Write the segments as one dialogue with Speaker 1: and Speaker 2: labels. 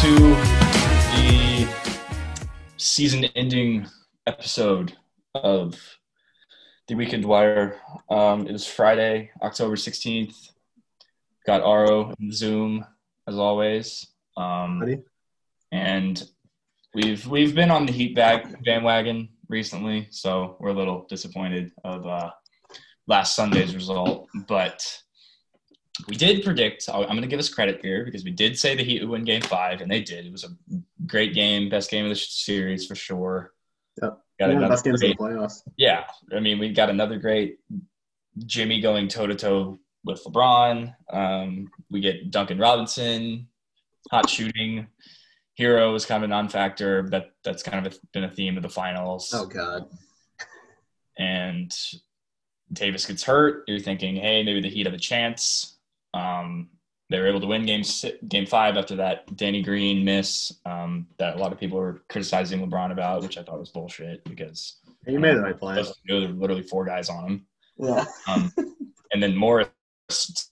Speaker 1: to the season ending episode of The Weekend Wire. Um, it was Friday, October 16th. Got Aro in Zoom, as always. Um,
Speaker 2: Buddy.
Speaker 1: and we've we've been on the heat bag bandwagon recently, so we're a little disappointed of uh, last Sunday's result. But we did predict. I'll- I'm going to give us credit here because we did say the Heat would win Game Five, and they did. It was a great game, best game of the sh- series for sure.
Speaker 2: Yep.
Speaker 1: Got
Speaker 2: One of the
Speaker 1: another
Speaker 2: best games
Speaker 1: great-
Speaker 2: of the playoffs.
Speaker 1: yeah, I mean, we got another great Jimmy going toe to toe with LeBron. Um, we get Duncan Robinson, hot shooting. Hero is kind of a non-factor. That that's kind of a, been a theme of the finals.
Speaker 2: Oh God.
Speaker 1: And Davis gets hurt. You're thinking, hey, maybe the Heat have a chance. Um, they were able to win game si- game five after that Danny Green miss um, that a lot of people were criticizing LeBron about, which I thought was bullshit because
Speaker 2: Hey, You made the right play.
Speaker 1: those- there were literally four guys on him.
Speaker 2: Yeah.
Speaker 1: Um, and then Morris, it's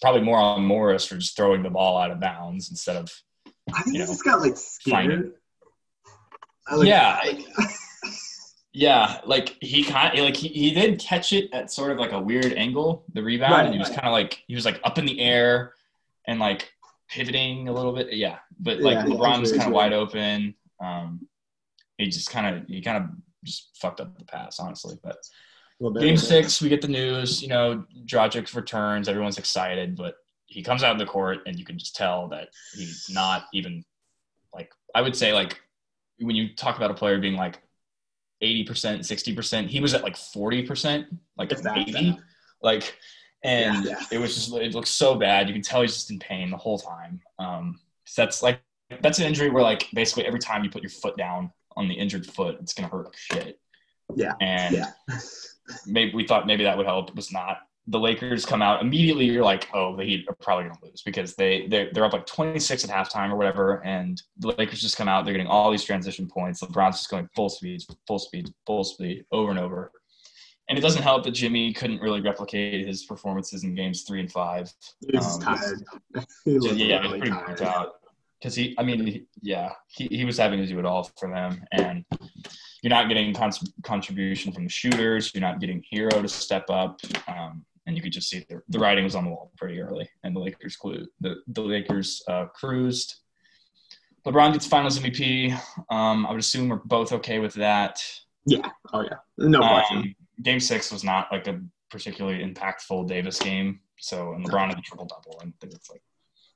Speaker 1: probably more on Morris for just throwing the ball out of bounds instead of.
Speaker 2: I think
Speaker 1: you
Speaker 2: he
Speaker 1: know,
Speaker 2: just got like scared. I, like,
Speaker 1: Yeah, Yeah, like he kind like he, he did catch it at sort of like a weird angle, the rebound,
Speaker 2: Right,
Speaker 1: and he was
Speaker 2: right.
Speaker 1: kind of like he was like up in the air and like pivoting a little bit. Yeah, but like
Speaker 2: Yeah, it was
Speaker 1: LeBron was
Speaker 2: weird,
Speaker 1: kind of
Speaker 2: yeah.
Speaker 1: wide open. Um, he just kind of he kind of just fucked up the pass, honestly. But
Speaker 2: Well, there
Speaker 1: Game
Speaker 2: it is.
Speaker 1: six, we get the news. You know, Dragic returns. Everyone's excited, but he comes out in the court, and you can just tell that he's not even like I would say like when you talk about a player being like eighty percent, sixty percent, he was at like forty percent, like
Speaker 2: If that,
Speaker 1: eighty, like, and
Speaker 2: Yeah, yeah.
Speaker 1: it was just it looked so bad. You could tell he's just in pain the whole time. Um, so that's like that's an injury where like basically every time you put your foot down on the injured foot, it's gonna hurt like shit.
Speaker 2: Yeah.
Speaker 1: And
Speaker 2: Yeah.
Speaker 1: maybe we thought maybe that would help. It was not. The Lakers come out immediately. You're like, oh, the Heat are probably going to lose because they they're, they're up like 26 at halftime or whatever, and the Lakers just come out. They're getting all these transition points. LeBron's just going full speed, full speed, full speed over and over. And it doesn't help that Jimmy couldn't really replicate his performances in games three and five.
Speaker 2: He was just
Speaker 1: Um,
Speaker 2: tired. He
Speaker 1: Yeah,
Speaker 2: looked
Speaker 1: yeah, he was
Speaker 2: really
Speaker 1: pretty burnt out. Because he, I mean, he, yeah, he, he was having to do it all for them, and you're not getting cons- contribution from the shooters. You're not getting Hero to step up, um, and you could just see the, the writing was on the wall pretty early, and the Lakers clue the the Lakers uh, cruised. LeBron gets Finals MVP. Um, I would assume we're both okay with that.
Speaker 2: Yeah. Oh yeah. No question.
Speaker 1: Um, game six was not like a particularly impactful Davis game. So and LeBron had a triple double, and it's like.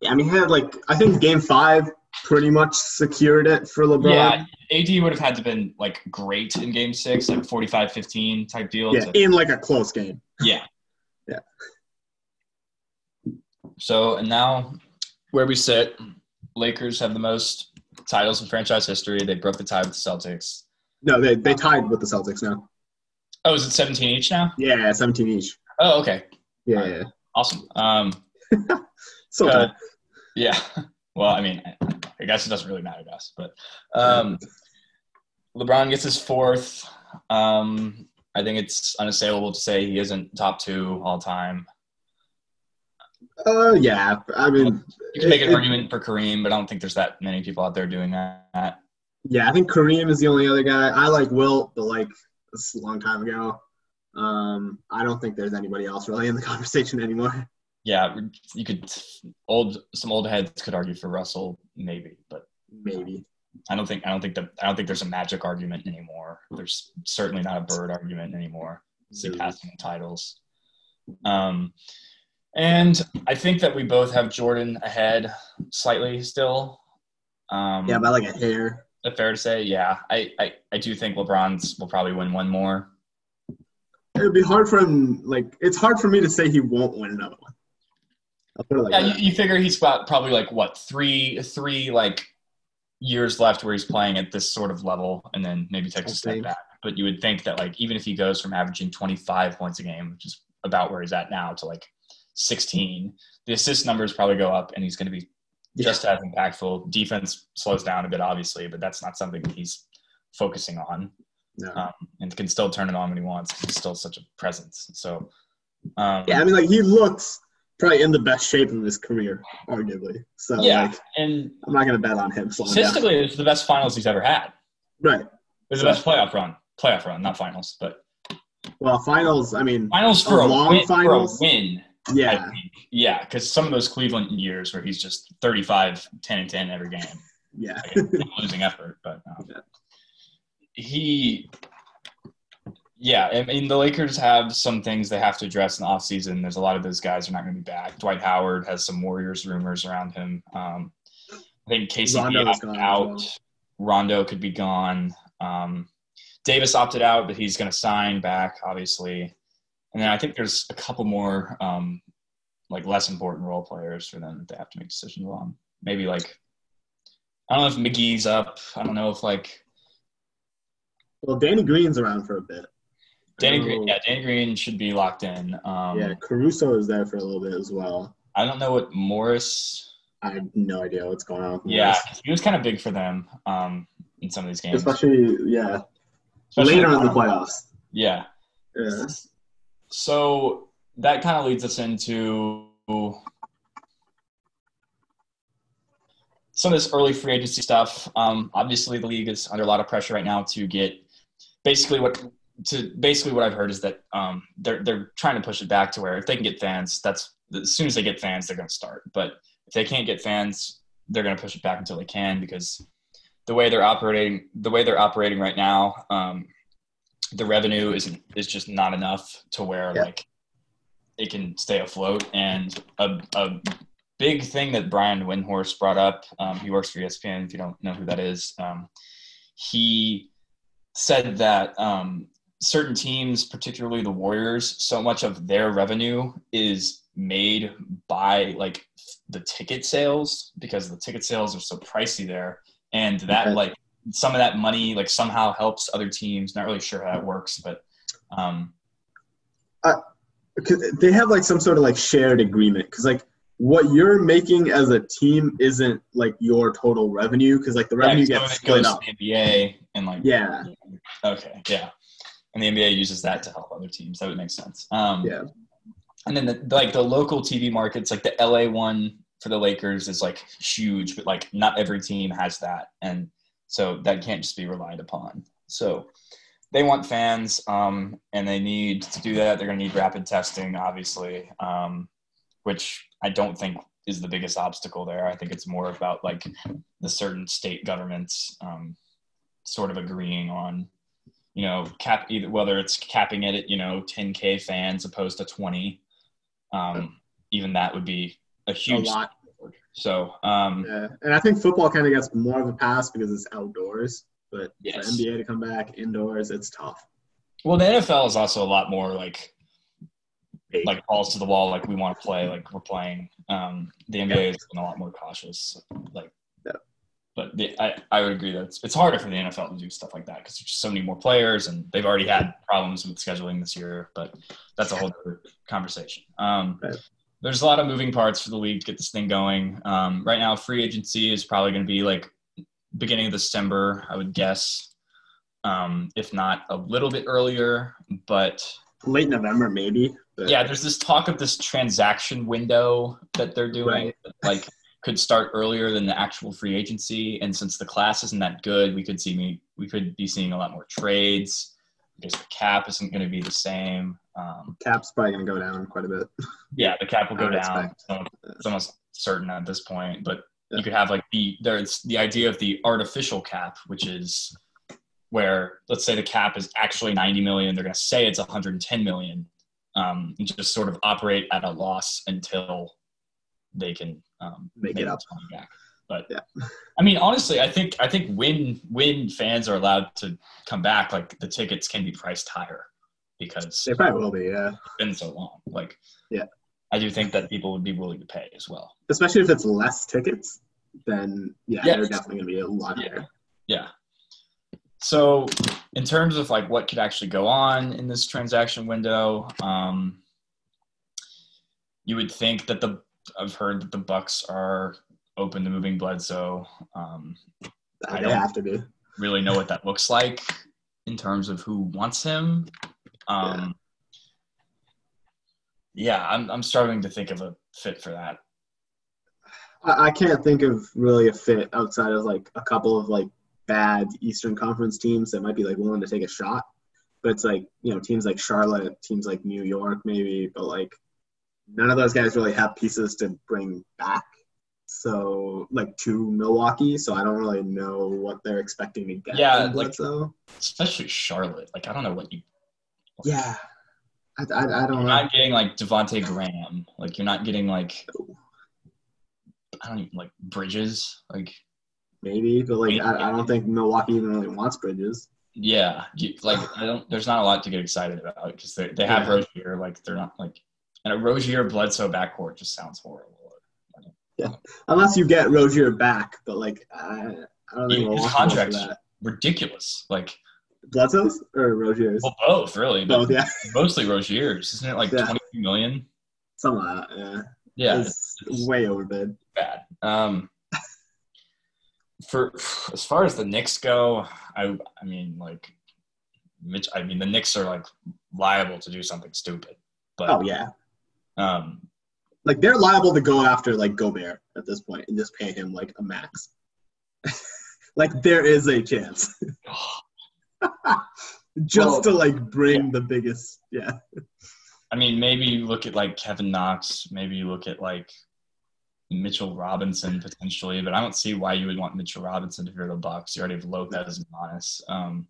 Speaker 2: I mean, he had like I think game five pretty much secured it for LeBron.
Speaker 1: Yeah, AD would have had to been like great in game six, like 45 15 type deal.
Speaker 2: Yeah,
Speaker 1: to-
Speaker 2: in like a close game.
Speaker 1: yeah.
Speaker 2: Yeah.
Speaker 1: So, and now where we sit, Lakers have the most titles in franchise history. They broke the tie with the Celtics.
Speaker 2: No, they, they tied with the Celtics now.
Speaker 1: Oh, is it 17 each now?
Speaker 2: Yeah, seventeen each.
Speaker 1: Oh, okay.
Speaker 2: Yeah, yeah.
Speaker 1: Awesome. Um,
Speaker 2: So
Speaker 1: Uh, yeah. Well, I mean, I- I guess it doesn't really matter to us, but um, LeBron gets his fourth. Um, I think it's unassailable to say he isn't top two all time.
Speaker 2: uh, yeah. I mean,
Speaker 1: You can make an
Speaker 2: It-
Speaker 1: argument for Kareem, but I don't think there's that many people out there doing that.
Speaker 2: Yeah, I think Kareem is the only other guy. I like Wilt, but like it's a long time ago. Um, I don't think there's anybody else really in the conversation anymore.
Speaker 1: Yeah, you could old some old heads could argue for Russell maybe, but
Speaker 2: Maybe.
Speaker 1: I don't think I don't think that I don't think there's a magic argument anymore. There's certainly not a bird argument anymore. surpassing titles. Um, and I think that we both have Jordan ahead slightly still. Um,
Speaker 2: Yeah, by like a hair.
Speaker 1: but fair to say, yeah. I, I, I do think LeBron's will probably win one more.
Speaker 2: It would be hard for him. Like it's hard for me to say he won't win another one. I'll put it like
Speaker 1: Yeah,
Speaker 2: that.
Speaker 1: you, you figure he's got probably like what three three like years left where he's playing at this sort of level, and then maybe takes a
Speaker 2: I
Speaker 1: step
Speaker 2: think.
Speaker 1: back. But you would think that like even if he goes from averaging 25 points a game, which is about where he's at now, to like 16, the assist numbers probably go up, and he's going to be
Speaker 2: Yeah.
Speaker 1: just as impactful. Defense slows down a bit, obviously, but that's not something that he's focusing on
Speaker 2: No.
Speaker 1: um, and can still turn it on when he wants. 'cause He's still such a presence. So, um,
Speaker 2: yeah, I mean like he looks. probably in the best shape of his career, arguably. So
Speaker 1: yeah,
Speaker 2: like,
Speaker 1: and
Speaker 2: I'm not gonna bet on him slowing down.
Speaker 1: statistically, it's the best finals he's ever had.
Speaker 2: Right.
Speaker 1: It was the best playoff run. Playoff run, not finals, but
Speaker 2: Well, finals. I mean,
Speaker 1: finals for
Speaker 2: A
Speaker 1: a,
Speaker 2: long
Speaker 1: win,
Speaker 2: finals?
Speaker 1: For a win.
Speaker 2: yeah,
Speaker 1: I think. Yeah, because some of those Cleveland years where he's just 35, 10 and 10 every game,
Speaker 2: yeah,
Speaker 1: like, a losing effort. But um, he, yeah, I mean, the Lakers have some things they have to address in the offseason. There's a lot of those guys are not going to be back. Dwight Howard has some Warriors rumors around him. Um, I think Casey
Speaker 2: Rondo is gone
Speaker 1: opted
Speaker 2: as
Speaker 1: out.
Speaker 2: well.
Speaker 1: Rondo could be gone. Um, Davis opted out, but he's going to sign back, obviously. And then I think there's a couple more, um, like less important role players for them that they have to make decisions on. Maybe like, I don't know if McGee's up. I don't know if like
Speaker 2: Well, Danny Green's around for a bit.
Speaker 1: Danny
Speaker 2: Oh,
Speaker 1: Green. Yeah, Danny Green should be locked in. Um,
Speaker 2: yeah, Caruso is there for a little bit as well.
Speaker 1: I don't know what Morris.
Speaker 2: I have no idea what's going on. with
Speaker 1: Yeah,
Speaker 2: Morris.
Speaker 1: he was kind of big for them um, in some of these games.
Speaker 2: especially yeah
Speaker 1: Especially-
Speaker 2: later in the playoffs.
Speaker 1: Yeah.
Speaker 2: Yeah.
Speaker 1: So that kind of leads us into some of this early free agency stuff. Um, obviously, the league is under a lot of pressure right now to get basically what to basically what I've heard is that um, they're they're trying to push it back to where if they can get fans, that's as soon as they get fans, they're going to start. But if they can't get fans, they're going to push it back until they can because the way they're operating, the way they're operating right now, um, the revenue isn't is just not enough to where
Speaker 2: Yeah.
Speaker 1: like it can stay afloat. And a, a big thing that Brian Windhorst brought up, um, he works for ESPN. If you don't know who that is, um, he said that um, certain teams, particularly the Warriors, so much of their revenue is made by like the ticket sales because the ticket sales are so pricey there, and that
Speaker 2: Okay.
Speaker 1: like some of that money like somehow helps other teams. Not really sure how that works, but um,
Speaker 2: Because they have like some sort of like shared agreement because like what you're making as a team isn't like your total revenue because like the revenue
Speaker 1: yeah, some
Speaker 2: gets
Speaker 1: of it goes
Speaker 2: split up.
Speaker 1: to the NBA and like
Speaker 2: Yeah,
Speaker 1: Okay, yeah. And the NBA uses that to help other teams. That would make sense. Um,
Speaker 2: Yeah.
Speaker 1: And then the, like the local TV markets, like the LA one for the Lakers is like huge, but like not every team has that, and so that can't just be relied upon. So they want fans, um, and they need to do that. They're going to need rapid testing, obviously, um, which I don't think is the biggest obstacle there. I think it's more about like the certain state governments um, sort of agreeing on you know, cap either whether it's capping it at you know 10k fans opposed to 20, um, even that would be a
Speaker 2: a
Speaker 1: huge.
Speaker 2: lot.
Speaker 1: So um,
Speaker 2: Yeah. And I think football kind of gets more of a pass because it's outdoors. But
Speaker 1: Yes.
Speaker 2: for NBA to come back indoors, it's tough.
Speaker 1: well, the NFL is also a lot more like
Speaker 2: Big.
Speaker 1: like balls to the wall, like we want to play, like we're playing. Um, the NBA is been a lot more cautious, like.
Speaker 2: Yeah.
Speaker 1: But the, I, I would agree that it's, it's harder for the NFL to do stuff like that because there's just so many more players and they've already had problems with scheduling this year. But that's a whole other conversation. Um,
Speaker 2: Right.
Speaker 1: There's a lot of moving parts for the league to get this thing going. Um, right now, free agency is probably going to be like beginning of December, I would guess, um, if not a little bit earlier. But
Speaker 2: late November maybe. But
Speaker 1: yeah, there's this talk of this transaction window that they're doing,
Speaker 2: Right.
Speaker 1: that, like could start earlier than the actual free agency. And since the class isn't that good, we could see me we could be seeing a lot more trades because the cap isn't going to be the same. Um,
Speaker 2: cap's probably gonna go down quite a bit.
Speaker 1: yeah, the cap will
Speaker 2: I
Speaker 1: go
Speaker 2: would
Speaker 1: down.
Speaker 2: expect.
Speaker 1: So it's almost certain at this point, but
Speaker 2: Yeah.
Speaker 1: you could have like the there's the idea of the artificial cap, which is where let's say the cap is actually 90 million, they're going to say it's 110 million, um, and just sort of operate at a loss until they can um,
Speaker 2: Make it
Speaker 1: the
Speaker 2: up.
Speaker 1: money back. But
Speaker 2: Yeah.
Speaker 1: I mean, honestly, I think I think when when fans are allowed to come back, like the tickets can be priced higher because
Speaker 2: They probably will be, yeah.
Speaker 1: been so long. Like,
Speaker 2: Yeah.
Speaker 1: I do think that people would be willing to pay as well.
Speaker 2: Especially if it's less tickets, then yeah,
Speaker 1: Yeah.
Speaker 2: they're definitely gonna be a lot
Speaker 1: Yeah.
Speaker 2: higher.
Speaker 1: Yeah. So, in terms of like what could actually go on in this transaction window, um, you would think that the I've heard that the Bucks are open to moving Bledsoe. Um, I
Speaker 2: They
Speaker 1: don't-
Speaker 2: have to be.
Speaker 1: really know what that looks like in terms of who wants him. Um, yeah, I'm I'm struggling to think of a fit for that.
Speaker 2: I, I can't think of really a fit outside of like a couple of like bad Eastern Conference teams that might be like willing to take a shot. But it's like, you know, teams like Charlotte, teams like New York maybe, but like none of those guys really have pieces to bring back. So like to Milwaukee, so I don't really know what they're expecting to get.
Speaker 1: Yeah,
Speaker 2: from
Speaker 1: like-
Speaker 2: Bledsoe.
Speaker 1: Especially Charlotte. Like I don't know what you
Speaker 2: yeah, I, I, I don't
Speaker 1: you're
Speaker 2: know.
Speaker 1: not getting like Devonte Graham. Like you're not getting like I don't even like Bridges. Like
Speaker 2: Maybe, but like I, I don't think Milwaukee even really wants Bridges.
Speaker 1: yeah, you, like I don't. There's not a lot to get excited about because they they have
Speaker 2: Yeah.
Speaker 1: Rozier. Like they're not like and a Rozier Bledsoe backcourt just sounds horrible.
Speaker 2: Unless you get Rozier back, but like I, I don't think
Speaker 1: Yeah, his
Speaker 2: Milwaukee
Speaker 1: contract's-
Speaker 2: wants that.
Speaker 1: Ridiculous. Like
Speaker 2: Bledsoe's or Rozier's?
Speaker 1: well, both really, but
Speaker 2: Both, yeah,
Speaker 1: mostly Rozier's. Isn't it like
Speaker 2: Yeah.
Speaker 1: 22 million?
Speaker 2: some of that. Yeah,
Speaker 1: Yeah, it's
Speaker 2: It's way overbid.
Speaker 1: bad. Um, for as far as the Knicks go, I I mean like Mitch. I mean the Knicks are like liable to do something stupid, but
Speaker 2: Oh yeah,
Speaker 1: um,
Speaker 2: like they're liable to go after like Gobert at this point and just pay him like a max. like there is a chance just
Speaker 1: Well,
Speaker 2: to like bring the biggest. Yeah,
Speaker 1: I mean, maybe you look at like Kevin Knox, maybe you look at like Mitchell Robinson potentially, but I don't see why you would want Mitchell Robinson to go to the Bucks. You already have Lopez and Giannis. Um,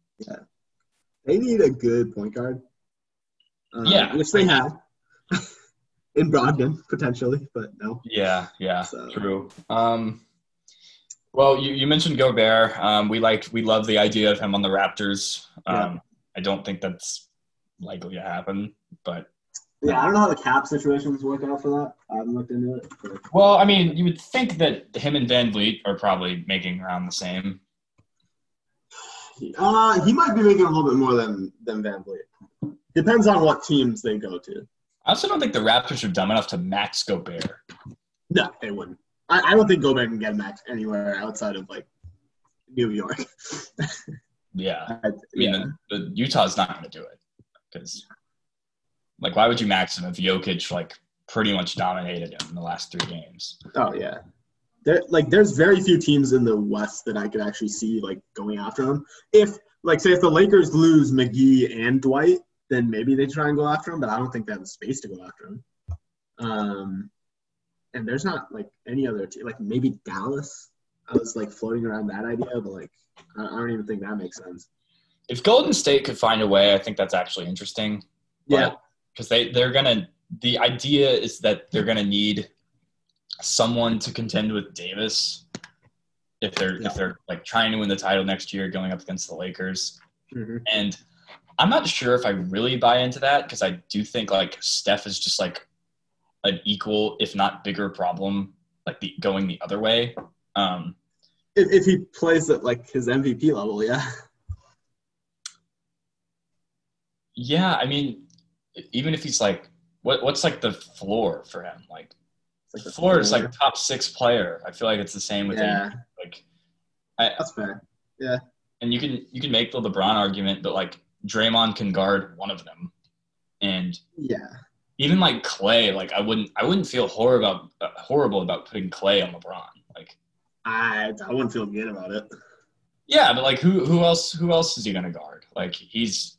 Speaker 2: they need a good point guard. Um,
Speaker 1: Yeah.
Speaker 2: which they have in Brogdon potentially, but no.
Speaker 1: yeah, yeah,
Speaker 2: So-
Speaker 1: true. Um, well, you, you mentioned Gobert. Um, we liked, we love the idea of him on the Raptors. Um, I don't think that's likely to happen, but
Speaker 2: Yeah, I don't know how the cap situations work out for that. I haven't looked into it. but-
Speaker 1: well, I mean, you would think that him and Van Vliet are probably making around the same.
Speaker 2: Uh, he might be making a little bit more than than Van Vliet. Depends on what teams they go to.
Speaker 1: I also don't think the Raptors are dumb enough to max Gobert.
Speaker 2: No, they wouldn't. I, I don't think Gobert can get a max anywhere outside of like New York.
Speaker 1: Yeah.
Speaker 2: I,
Speaker 1: I mean, the, the Utah's not going to do it because, like, why would you max him if Jokic like pretty much dominated him in the last three games?
Speaker 2: Oh yeah. There like there's very few teams in the West that I could actually see like going after him. If like say if the Lakers lose McGee and Dwight, then maybe they try and go after him, but I don't think they have the space to go after him. Um and there's not like any other team like maybe Dallas. I was like floating around that idea, but like I, I don't even think that makes sense.
Speaker 1: If Golden State could find a way, I think that's actually interesting.
Speaker 2: Yeah.
Speaker 1: because they they're gonna. The idea is that they're gonna need someone to contend with Davis if they're
Speaker 2: Yeah.
Speaker 1: if they're like trying to win the title next year, going up against the Lakers.
Speaker 2: Mhm.
Speaker 1: And I'm not sure if I really buy into that because I do think like Steph is just like an equal, if not bigger, problem like the going the other way. Um,
Speaker 2: If, if he plays at like his MVP level, yeah.
Speaker 1: yeah, I mean, even if he's like, what what's like the floor for him? Like
Speaker 2: It's, like,
Speaker 1: the floor is like top six player. I feel like it's the same with
Speaker 2: yeah,
Speaker 1: AD. like,
Speaker 2: that's fair.
Speaker 1: and you can you can make the LeBron argument, but like Draymond can guard one of them, and
Speaker 2: Yeah.
Speaker 1: even like Clay, like I wouldn't I wouldn't feel horrible about uh, horrible about putting Clay on LeBron. Like
Speaker 2: I I wouldn't feel good about it.
Speaker 1: yeah, but like who who else who else is he gonna guard? Like he's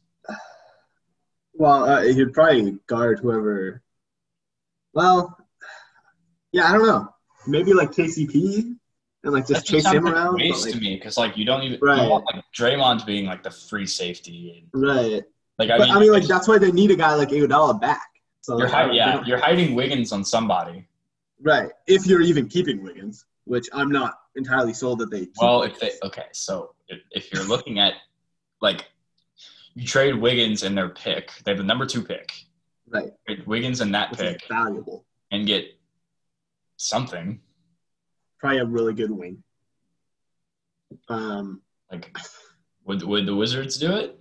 Speaker 2: Well, uh, he'd probably guard whoever. Well, yeah, I don't know. Maybe like KCP and like just
Speaker 1: that just
Speaker 2: chase him
Speaker 1: sounds like
Speaker 2: around. but,
Speaker 1: waste
Speaker 2: like-
Speaker 1: to me because like you don't even
Speaker 2: Right.
Speaker 1: you want like Draymond being like the free safety. And,
Speaker 2: right,
Speaker 1: like I
Speaker 2: but
Speaker 1: mean,
Speaker 2: I mean, like that's why they need a guy like Iguodala back. So
Speaker 1: you're
Speaker 2: like, I
Speaker 1: hi-
Speaker 2: don't- they
Speaker 1: yeah
Speaker 2: don't-
Speaker 1: you're hiding Wiggins on somebody.
Speaker 2: right. If you're even keeping Wiggins, which I'm not entirely sold that they. Keep
Speaker 1: Well, if they
Speaker 2: Wiggins.
Speaker 1: okay, so if, if you're looking at like you trade Wiggins and their pick, they have the number two pick.
Speaker 2: right,
Speaker 1: Trade Wiggins and that
Speaker 2: which is
Speaker 1: pick
Speaker 2: valuable.
Speaker 1: and get something
Speaker 2: Probably a really good wing. Um,
Speaker 1: Like, would would the Wizards do it?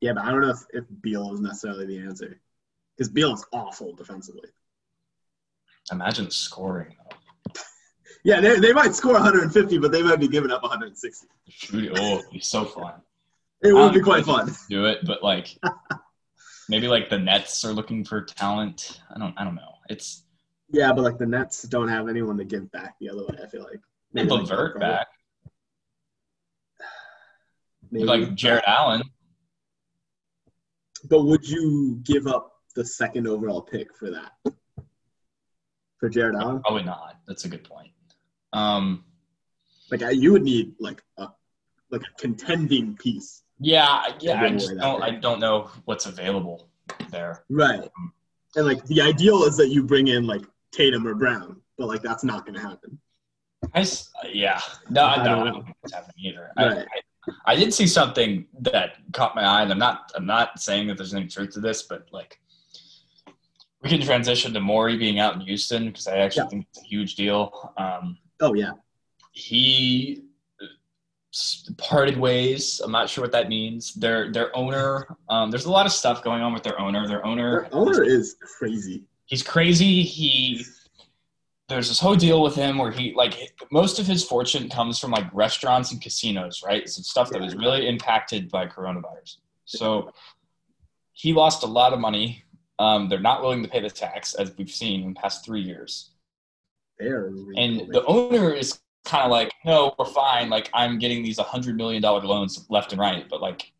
Speaker 2: yeah, but I don't know if, if Beal is necessarily the answer because Beal is awful defensively.
Speaker 1: Imagine scoring though.
Speaker 2: Yeah, they, they might score 150, but they might be giving up 160.
Speaker 1: Shoot, oh, it'd be so fun.
Speaker 2: It would be
Speaker 1: Um,
Speaker 2: quite fun.
Speaker 1: Do it, but like, Maybe like the Nets are looking for talent. I don't. I don't know. It's
Speaker 2: Yeah, but like the Nets don't have anyone to give back the other way. I feel like
Speaker 1: they have
Speaker 2: like,
Speaker 1: Levert
Speaker 2: LeBron-
Speaker 1: back.
Speaker 2: maybe.
Speaker 1: Like Jared Allen.
Speaker 2: But would you give up the second overall pick for that? For Jared Allen,
Speaker 1: Probably not. That's a good point. Um,
Speaker 2: like I- you would need like a like a contending piece,
Speaker 1: yeah, yeah. I
Speaker 2: Wouldn't
Speaker 1: just
Speaker 2: worry that
Speaker 1: don't. I
Speaker 2: big.
Speaker 1: don't know what's available there.
Speaker 2: right? And like the ideal is that you bring in like Tatum or Brown, but like that's not going to happen.
Speaker 1: I s- yeah. No, I
Speaker 2: I
Speaker 1: don't,
Speaker 2: don't
Speaker 1: know what's happening either.
Speaker 2: Right.
Speaker 1: I, I, I did see something that caught my eye, and I'm not. I'm not saying that there's any truth to this, but like. We can transition to Maury being out in Houston because I actually
Speaker 2: Yeah.
Speaker 1: think it's a huge deal. Um,
Speaker 2: Oh yeah,
Speaker 1: he s- parted ways. I'm not sure what that means. Their their owner. Um, there's a lot of stuff going on with their owner. Their owner.
Speaker 2: their owner is crazy.
Speaker 1: He's crazy. He. There's this whole deal with him where he like most of his fortune comes from like restaurants and casinos, right? Some stuff that was really impacted by coronavirus. So he lost a lot of money. Um, they're not willing to pay the tax, as we've seen in the past three years
Speaker 2: They are really
Speaker 1: and the owner is kind of like no we're fine like i'm getting these $100 million loans left and right but like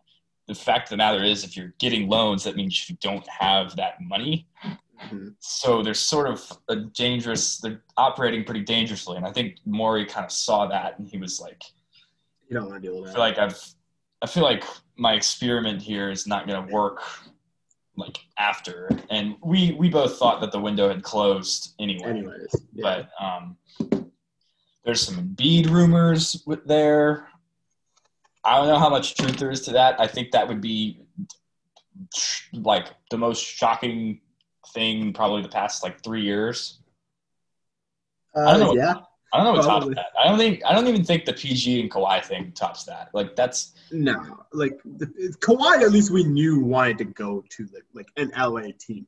Speaker 1: the fact of the matter is if you're getting loans that means you don't have that money
Speaker 2: Mhm.
Speaker 1: so there's sort of a dangerous they're operating pretty dangerously and i think Maury kind of saw that and he was like
Speaker 2: you don't want to deal with
Speaker 1: i
Speaker 2: that.
Speaker 1: feel like i've i feel like my experiment here is not going to work like after and we we both thought that the window had closed
Speaker 2: Anyways, yeah.
Speaker 1: but um, there's some Embiid rumors with there. I don't know how much truth there is to that. I think that would be like the most shocking thing probably the past like three years. I
Speaker 2: uh,
Speaker 1: don't know.
Speaker 2: yeah,
Speaker 1: I don't know what tops
Speaker 2: Probably.
Speaker 1: that. I don't think I don't even think the PG and Kawhi thing tops that. Like that's
Speaker 2: No, like the, Kawhi, at least we knew wanted to go to the, like an LA team.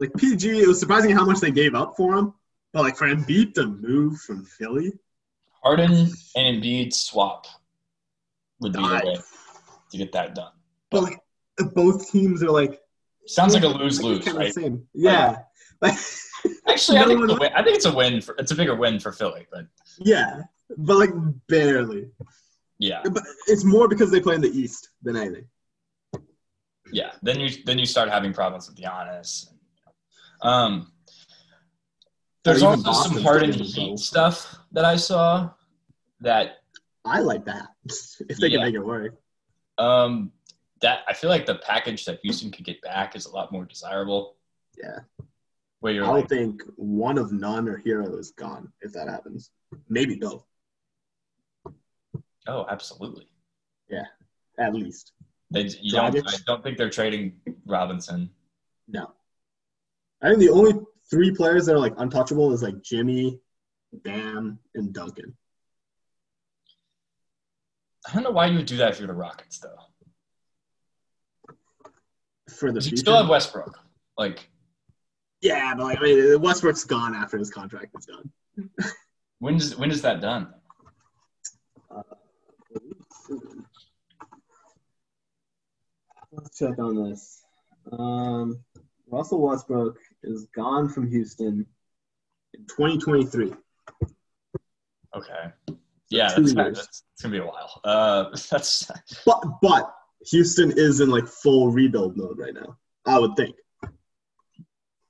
Speaker 2: Like PG, it was surprising how much they gave up for him. But like for Embiid to move from Philly,
Speaker 1: Harden and Embiid swap would be the
Speaker 2: I-
Speaker 1: way to get that done.
Speaker 2: but like both teams are like
Speaker 1: Sounds like a
Speaker 2: yeah,
Speaker 1: lose lose,
Speaker 2: kinda
Speaker 1: right?
Speaker 2: same. Yeah, like
Speaker 1: Actually, I
Speaker 2: No
Speaker 1: think, it's a
Speaker 2: one-
Speaker 1: win. I think it's a win. For, it's a bigger win for Philly, but
Speaker 2: yeah, but like barely.
Speaker 1: yeah.
Speaker 2: But it's more because they play in the East than anything.
Speaker 1: yeah then you then you start having problems with Giannis. Um, there's
Speaker 2: Or
Speaker 1: also
Speaker 2: even Boston's
Speaker 1: some Harden
Speaker 2: getting involved.
Speaker 1: Heat stuff that I saw that
Speaker 2: I like that if they
Speaker 1: Yeah.
Speaker 2: can make it work.
Speaker 1: um, that I feel like the package that Houston could get back is a lot more desirable.
Speaker 2: Yeah.
Speaker 1: Where you're
Speaker 2: I would
Speaker 1: like,
Speaker 2: think one of none or hero is gone if that happens. Maybe both,
Speaker 1: oh, absolutely.
Speaker 2: at least.
Speaker 1: They, you don't,
Speaker 2: Dragic?
Speaker 1: I don't think they're trading Robinson.
Speaker 2: I think the only three players that are like untouchable is like Jimmy, Bam, and Duncan.
Speaker 1: I don't know why you would do that if you're the Rockets though.
Speaker 2: For
Speaker 1: You
Speaker 2: the future.
Speaker 1: still have Westbrook. Like,
Speaker 2: yeah, but like I mean, Westbrook's gone after his contract is done.
Speaker 1: when is when is that done?
Speaker 2: Let's check on this. Um, Russell Westbrook is gone from Houston in 2023.
Speaker 1: Okay. Yeah,
Speaker 2: two
Speaker 1: that's,
Speaker 2: years.
Speaker 1: that's it's gonna be a while. Uh, that's
Speaker 2: But but Houston is in like full rebuild mode right now. I would think,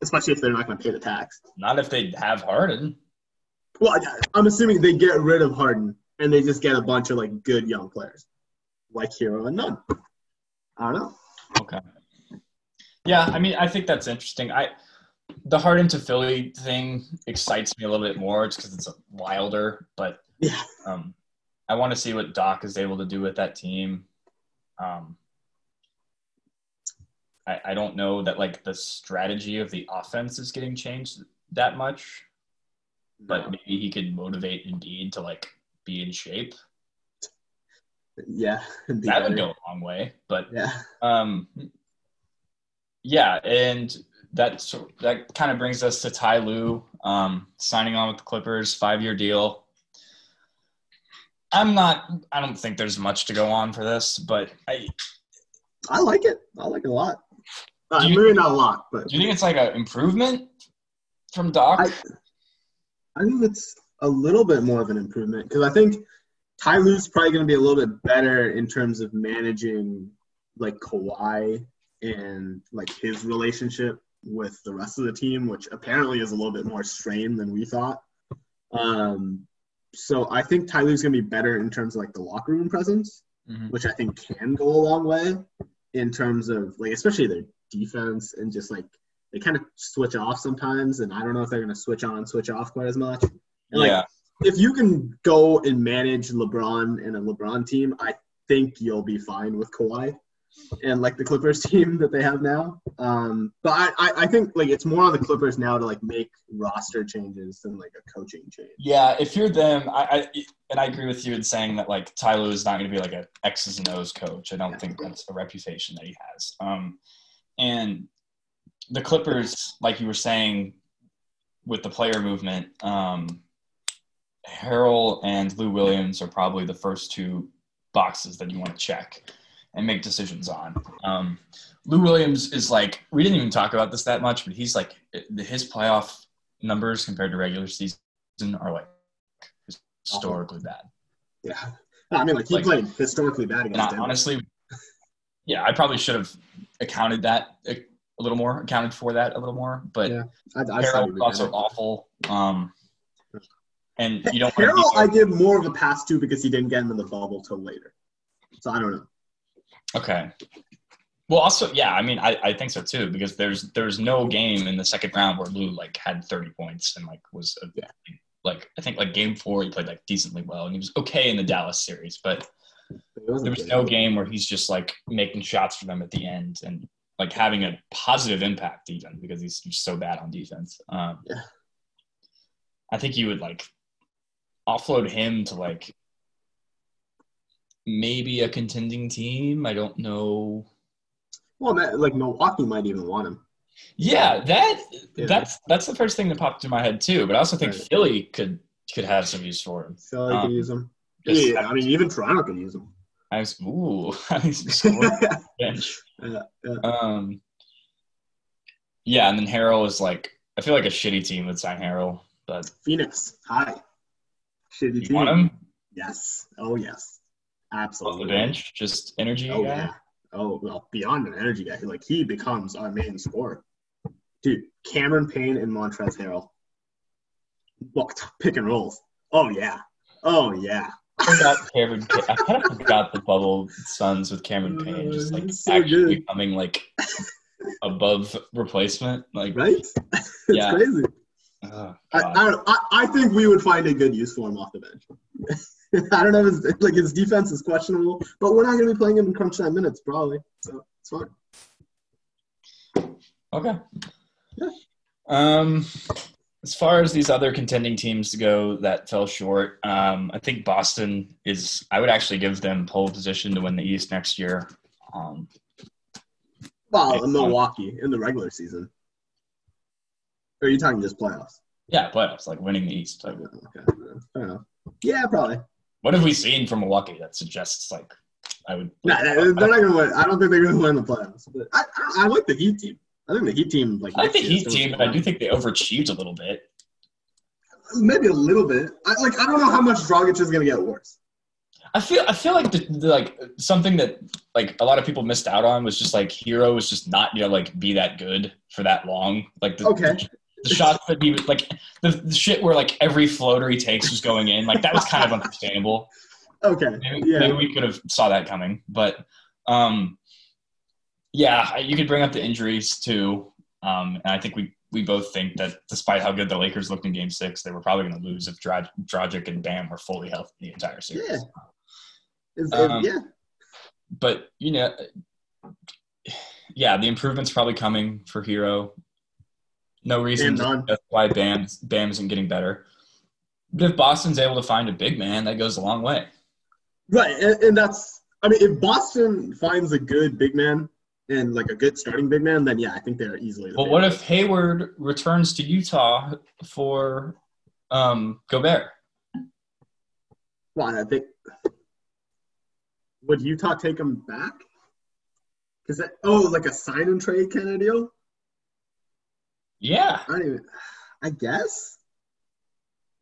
Speaker 2: especially if they're not going to pay the tax.
Speaker 1: Not if they have Harden.
Speaker 2: Well, I- I'm assuming they get rid of Harden and they just get a bunch of like good young players, like Hero and Nunn. I don't know.
Speaker 1: Yeah, I mean, I think that's interesting. I the Harden to Philly thing excites me a little bit more just because it's wilder. But
Speaker 2: Yeah.
Speaker 1: um, I want to see what Doc is able to do with that team. Um, I, I don't know that like the strategy of the offense is getting changed that much, but maybe he could motivate Indeed to like be in shape.
Speaker 2: yeah, it'd be
Speaker 1: That would
Speaker 2: better.
Speaker 1: go a long way. But
Speaker 2: Yeah,
Speaker 1: Um, yeah, and that sor- that kind of brings us to Ty Lue um, signing on with the Clippers, five year deal. I'm not. I don't think there's much to go on for this, but I
Speaker 2: I like it. I like it a lot. Uh,
Speaker 1: Do you-
Speaker 2: maybe not a lot, but
Speaker 1: Do you think it's like an improvement from Doc?
Speaker 2: I- I think it's a little bit more of an improvement because I think Ty Lue's probably going to be a little bit better in terms of managing like Kawhi and like his relationship with the rest of the team, which apparently is a little bit more strained than we thought. Um, so I think Ty Lue's going to be better in terms of like the locker room presence,
Speaker 1: Mhm.
Speaker 2: which I think can go a long way in terms of like especially their defense and just like they kind of switch off sometimes, and I don't know if they're going to switch on and switch off quite as much. And, like,
Speaker 1: yeah.
Speaker 2: if you can go and manage LeBron and a LeBron team, I think you'll be fine with Kawhi and like the Clippers team that they have now. Um, but I, I, I think like it's more on the Clippers now to like make roster changes than like a coaching change.
Speaker 1: Yeah, if you're them, I, I and I agree with you in saying that like Tyloo is not going to be like an X's and O's coach. I don't think that's a reputation that he has. Um, and the Clippers, like you were saying, with the player movement, um, Harrell and Lou Williams are probably the first two boxes that you want to check and make decisions on. Um, Lou Williams is like we didn't even talk about this that much, but he's like his playoff numbers compared to regular season season are like historically bad.
Speaker 2: Yeah, I mean like he
Speaker 1: Like-
Speaker 2: played historically bad
Speaker 1: And I,
Speaker 2: against Denver.
Speaker 1: honestly, yeah, I probably should have accounted that a, a little more, accounted for that a little more. But
Speaker 2: Yeah, I, I just thought he
Speaker 1: Harold was
Speaker 2: was
Speaker 1: also
Speaker 2: better.
Speaker 1: awful. Um, and you don't want
Speaker 2: Harrell, I
Speaker 1: to.
Speaker 2: give more of a pass to because he didn't get him in the bubble till later. So I don't know.
Speaker 1: Okay. Well, also, yeah, I mean, I, I think so too because there's there's no game in the second round where Lou like had 30 points and like was a,
Speaker 2: Yeah.
Speaker 1: like I think like game four he played like decently well and he was okay in the Dallas series, but
Speaker 2: But it wasn't
Speaker 1: there was
Speaker 2: good.
Speaker 1: no game where he's just like making shots for them at the end and like having a positive impact even because he's just so bad on defense. Um,
Speaker 2: Yeah.
Speaker 1: I think you would like offload him to like maybe a contending team. I don't know.
Speaker 2: Well, that, like Milwaukee might even want him.
Speaker 1: Yeah, that
Speaker 2: Yeah.
Speaker 1: that's that's the first thing that popped into my head too. But I also think
Speaker 2: Right.
Speaker 1: Philly could could have some use for him.
Speaker 2: So I
Speaker 1: Um,
Speaker 2: can use him.
Speaker 1: Just-
Speaker 2: Yeah, I mean, even Toronto can use him.
Speaker 1: I was, ooh, I was scoring on the bench.
Speaker 2: Yeah, yeah.
Speaker 1: Um, yeah, and then Harrell is like, I feel like a shitty team would sign Harrell, but
Speaker 2: Phoenix, hi. Shitty
Speaker 1: you
Speaker 2: team.
Speaker 1: want him
Speaker 2: Yes. Oh, yes.
Speaker 1: off the
Speaker 2: Absolutely.
Speaker 1: bench, just energy
Speaker 2: Oh,
Speaker 1: guy.
Speaker 2: yeah. Oh, well, beyond an energy guy. Like, he becomes our main scorer. Dude, Cameron Payne and Montrez Harrell. Booked pick and rolls. Oh, yeah. Oh, yeah.
Speaker 1: I forgot Cameron. Payne- I kind of forgot the bubble Suns with Cameron Payne, just
Speaker 2: Uh,
Speaker 1: like
Speaker 2: it's so
Speaker 1: actually
Speaker 2: good.
Speaker 1: becoming like above replacement. Like,
Speaker 2: Right? it's
Speaker 1: Yeah.
Speaker 2: crazy.
Speaker 1: oh,
Speaker 2: I,
Speaker 1: God.
Speaker 2: I, don't- I, I think we would find a good use for him off the bench. I don't know if his, like his defense is questionable, but we're not going to be playing him in crunch time minutes probably, so it's fine.
Speaker 1: Okay.
Speaker 2: Yeah.
Speaker 1: Um, as far as these other contending teams go that fell short, um, I think Boston is. I would actually give them pole position to win the East next year. Um,
Speaker 2: Well, in Milwaukee in the regular season. Or are you talking just playoffs?
Speaker 1: yeah, playoffs, like winning the East. Like,
Speaker 2: Okay, fair enough. Yeah, probably.
Speaker 1: what have we seen from Milwaukee that suggests like I would?
Speaker 2: Nah, nah, they're not going to win. I don't think they're going to win the playoffs. But I, I, I like the Heat team. I think the Heat team like
Speaker 1: I like the
Speaker 2: next year
Speaker 1: Heat
Speaker 2: is gonna be
Speaker 1: team, but I
Speaker 2: fun.
Speaker 1: do think they overachieved a little bit.
Speaker 2: maybe a little bit. I, like I don't know how much Dragic is going to get worse.
Speaker 1: I feel I feel like the, the, like something that like a lot of people missed out on was just like Hero was just not you know like be that good for that long. Like the,
Speaker 2: Okay.
Speaker 1: the shots that he was like the, the shit where like every floater he takes was going in. Like that was kind of understandable.
Speaker 2: Okay.
Speaker 1: Maybe,
Speaker 2: Yeah.
Speaker 1: maybe we could have saw that coming, but um, yeah, you could bring up the injuries too. Um, and I think we we both think that despite how good the Lakers looked in Game Six, they were probably going to lose if Drag- Dragic and Bam were fully healthy the entire series.
Speaker 2: Yeah. Is- is-
Speaker 1: Um,
Speaker 2: yeah.
Speaker 1: but you know, yeah, the improvements probably coming for Hero. No reason
Speaker 2: Bam
Speaker 1: to
Speaker 2: done.
Speaker 1: that's why Bam Bam isn't getting better. But if Boston's able to find a big man, that goes a long way.
Speaker 2: Right, and, and that's I mean, if Boston finds a good big man and like a good starting big man, then yeah, I think they're easily. the
Speaker 1: But what
Speaker 2: favorite.
Speaker 1: if Hayward returns to Utah for um, Gobert?
Speaker 2: Well, I think would Utah take him back? Because oh, like a sign and trade kind of deal.
Speaker 1: Yeah.
Speaker 2: I don't even. I guess.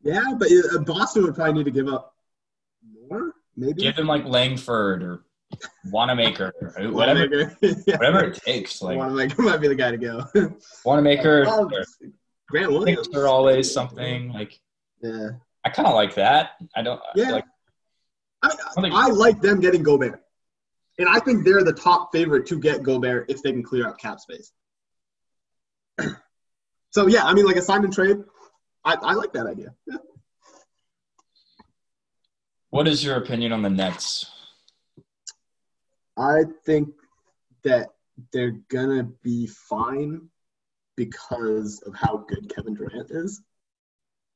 Speaker 2: Yeah, but uh, Boston would probably need to give up more. Maybe
Speaker 1: Give him like Langford or Wanamaker or whatever,
Speaker 2: yeah.
Speaker 1: whatever it takes. Like
Speaker 2: Wanamaker might be the guy to go.
Speaker 1: Wanamaker
Speaker 2: Oh,
Speaker 1: or
Speaker 2: Grant
Speaker 1: picks
Speaker 2: Williams.
Speaker 1: are always something. Like
Speaker 2: Yeah.
Speaker 1: I kind of like that. I don't.
Speaker 2: Yeah.
Speaker 1: Like,
Speaker 2: I,
Speaker 1: I think-
Speaker 2: I like them getting Gobert. And I think they're the top favorite to get Gobert if they can clear up cap space. so, yeah, I mean, like a sign and trade, I, I like that idea. Yeah.
Speaker 1: what is your opinion on the Nets?
Speaker 2: I think that they're going to be fine because of how good Kevin Durant is.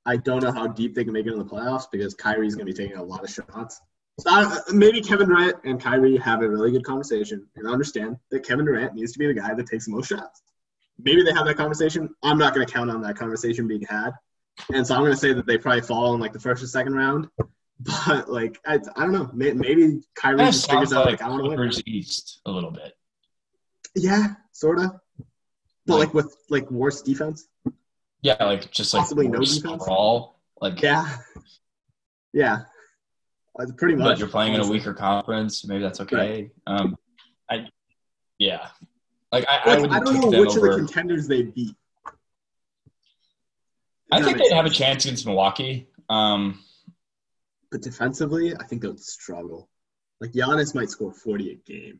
Speaker 2: I don't know how deep they can make it in the playoffs because Kyrie's going to be taking a lot of shots. So I, maybe Kevin Durant and Kyrie have a really good conversation and understand that Kevin Durant needs to be the guy that takes the most shots. Maybe they have that conversation. I'm not going to count on that conversation being had. And so I'm going to say that they probably fall in like the first or second round. But like, I, I don't know. May- Maybe Kyrie
Speaker 1: Kind of
Speaker 2: just figures
Speaker 1: sounds
Speaker 2: out
Speaker 1: like
Speaker 2: like, I want to win.
Speaker 1: Clippers East a little bit.
Speaker 2: Yeah, sort of. But like with like worse defense.
Speaker 1: Yeah, like just like
Speaker 2: Possibly no
Speaker 1: worse
Speaker 2: defense?
Speaker 1: overall. Like
Speaker 2: Yeah. Yeah. Uh, pretty much.
Speaker 1: but you're playing in a
Speaker 2: honestly.
Speaker 1: weaker conference. Maybe that's okay. Um, I, yeah, like I, I
Speaker 2: Like,
Speaker 1: would
Speaker 2: I, don't
Speaker 1: pick
Speaker 2: know
Speaker 1: them
Speaker 2: which of the
Speaker 1: over.
Speaker 2: contenders they beat.
Speaker 1: I
Speaker 2: If
Speaker 1: think they'd
Speaker 2: that makes
Speaker 1: have a
Speaker 2: sense.
Speaker 1: chance against Milwaukee. Um,
Speaker 2: But defensively, I think they would struggle. Like Giannis might score 40 a game.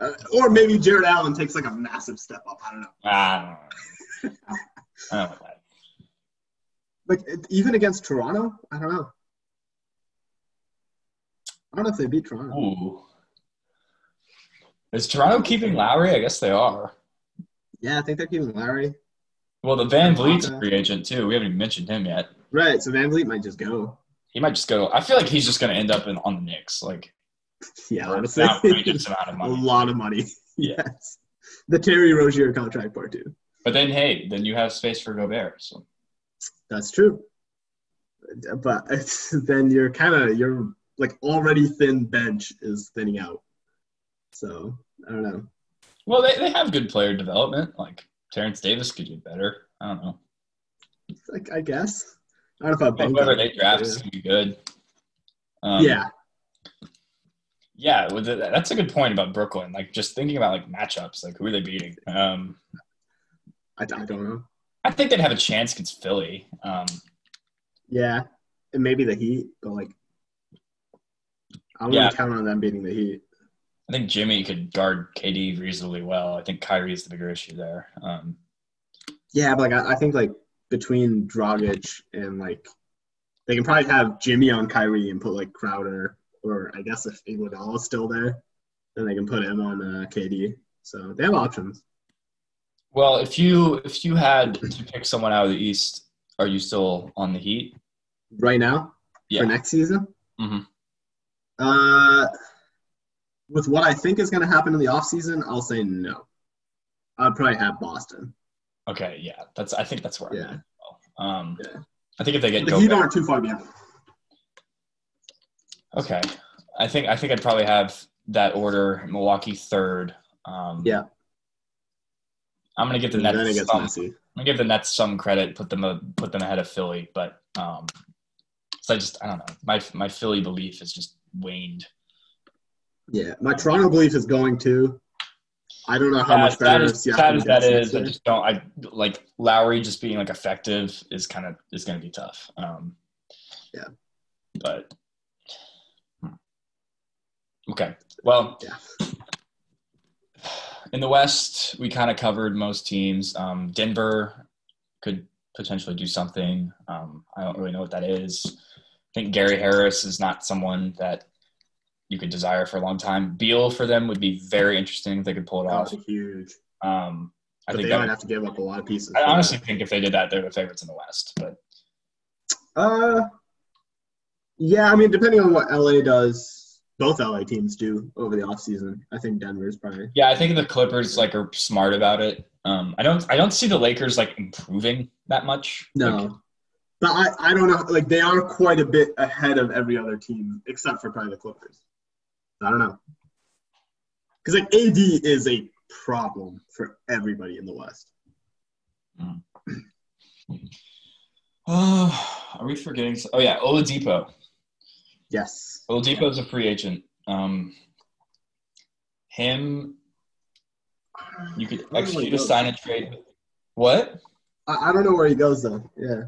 Speaker 2: Uh, or maybe Jared Allen takes like a massive step up. I don't know.
Speaker 1: I don't know. I don't know about that.
Speaker 2: Like it- even against Toronto, I don't know. I don't know if they beat Toronto.
Speaker 1: Ooh. Is Toronto keeping Lowry? I guess they are.
Speaker 2: Yeah, I think they're keeping Larry.
Speaker 1: Well, the Van Vliet's a free agent too. We haven't even mentioned him yet.
Speaker 2: Right, so Van Vliet might just go.
Speaker 1: He might just go. I feel like he's just going to end up in, on the Knicks. Like,
Speaker 2: Yeah,
Speaker 1: for an
Speaker 2: honestly.
Speaker 1: outrageous amount of
Speaker 2: a
Speaker 1: money.
Speaker 2: lot of money.
Speaker 1: Yeah.
Speaker 2: yes. The Terry Rozier contract part too.
Speaker 1: But then, hey, then you have space for Gobert. So
Speaker 2: That's true. But it's, then you're kind of you're like already thin bench is thinning out. So I don't know.
Speaker 1: Well, they, they have good player development. Like Terrence Davis could do better. I don't know.
Speaker 2: It's like I guess I don't know if I bank
Speaker 1: Whoever
Speaker 2: on
Speaker 1: they
Speaker 2: it.
Speaker 1: draft is gonna be good. Um,
Speaker 2: Yeah,
Speaker 1: yeah. with the- That's a good point about Brooklyn. Like just thinking about like matchups, like who are they beating? Um,
Speaker 2: I, I don't know.
Speaker 1: I think they'd have a chance against Philly. Um,
Speaker 2: Yeah, and maybe the Heat, but like I wouldn't
Speaker 1: Yeah.
Speaker 2: count on them beating the Heat.
Speaker 1: I think Jimmy could guard KD reasonably well. I think Kyrie is the bigger issue there. Um,
Speaker 2: Yeah, but like I, I think like between Drogic and like they can probably have Jimmy on Kyrie and put like Crowder or I guess if Iguodala is still there, then they can put him on uh, KD. So they have options.
Speaker 1: well, if you if you had to pick someone out of the East, are you still on the Heat?
Speaker 2: Right now
Speaker 1: Yeah.
Speaker 2: for next season.
Speaker 1: Mhm.
Speaker 2: Uh, with what I think is going to happen in the offseason, I'll say no. I'd probably have Boston.
Speaker 1: Okay, yeah. That's I think that's where
Speaker 2: Yeah.
Speaker 1: I'm at. as well. Um,
Speaker 2: Yeah.
Speaker 1: I think if they get
Speaker 2: The Heat
Speaker 1: Gobert-
Speaker 2: aren't too far behind.
Speaker 1: Okay, I think I think I'd probably have that order Milwaukee third. Um,
Speaker 2: Yeah.
Speaker 1: I'm gonna give the
Speaker 2: And then it
Speaker 1: Nets.
Speaker 2: gets
Speaker 1: Some, I'm
Speaker 2: messy.
Speaker 1: gonna give the Nets some credit. Put them a, put them ahead of Philly, but um, so I just I don't know. My my Philly belief is just waned.
Speaker 2: Yeah, my Toronto belief is going to. I don't know how
Speaker 1: Sad-
Speaker 2: much
Speaker 1: sad
Speaker 2: better
Speaker 1: as,
Speaker 2: Siakam
Speaker 1: sad as that
Speaker 2: gets next
Speaker 1: is, I
Speaker 2: year.
Speaker 1: just don't. I like Lowry just being like effective is kind of is gonna be tough. Um,
Speaker 2: Yeah.
Speaker 1: But hmm. okay, well.
Speaker 2: Yeah.
Speaker 1: In the West, we kind of covered most teams. Um, Denver could potentially do something. Um, I don't really know what that is. I think Gary Harris is not someone that you could desire for a long time. Beal for them would be very interesting if they could pull it
Speaker 2: That would
Speaker 1: off.
Speaker 2: be huge.
Speaker 1: Um, I
Speaker 2: but
Speaker 1: think
Speaker 2: they
Speaker 1: that
Speaker 2: might
Speaker 1: would,
Speaker 2: have to give up a lot of pieces.
Speaker 1: I honestly think if they did that, they're the favorites in the West. But
Speaker 2: Uh, yeah, I mean, depending on what LA does, both LA teams do over the offseason. I think Denver's probably.
Speaker 1: yeah, I think the Clippers like are smart about it. Um, I don't I don't see the Lakers like improving that much.
Speaker 2: No.
Speaker 1: Like,
Speaker 2: But I, I don't know. Like they are quite a bit ahead of every other team except for probably the Clippers. I don't know. Because like AD is a problem for everybody in the West.
Speaker 1: Mm. Uh, are we forgetting? s- Oh yeah, Oladipo.
Speaker 2: Yes.
Speaker 1: Oladipo is a free agent. Um, him, you could
Speaker 2: I don't know where
Speaker 1: execute
Speaker 2: he
Speaker 1: a
Speaker 2: goes.
Speaker 1: sign and trade. What?
Speaker 2: I, I don't know where he goes though. Yeah.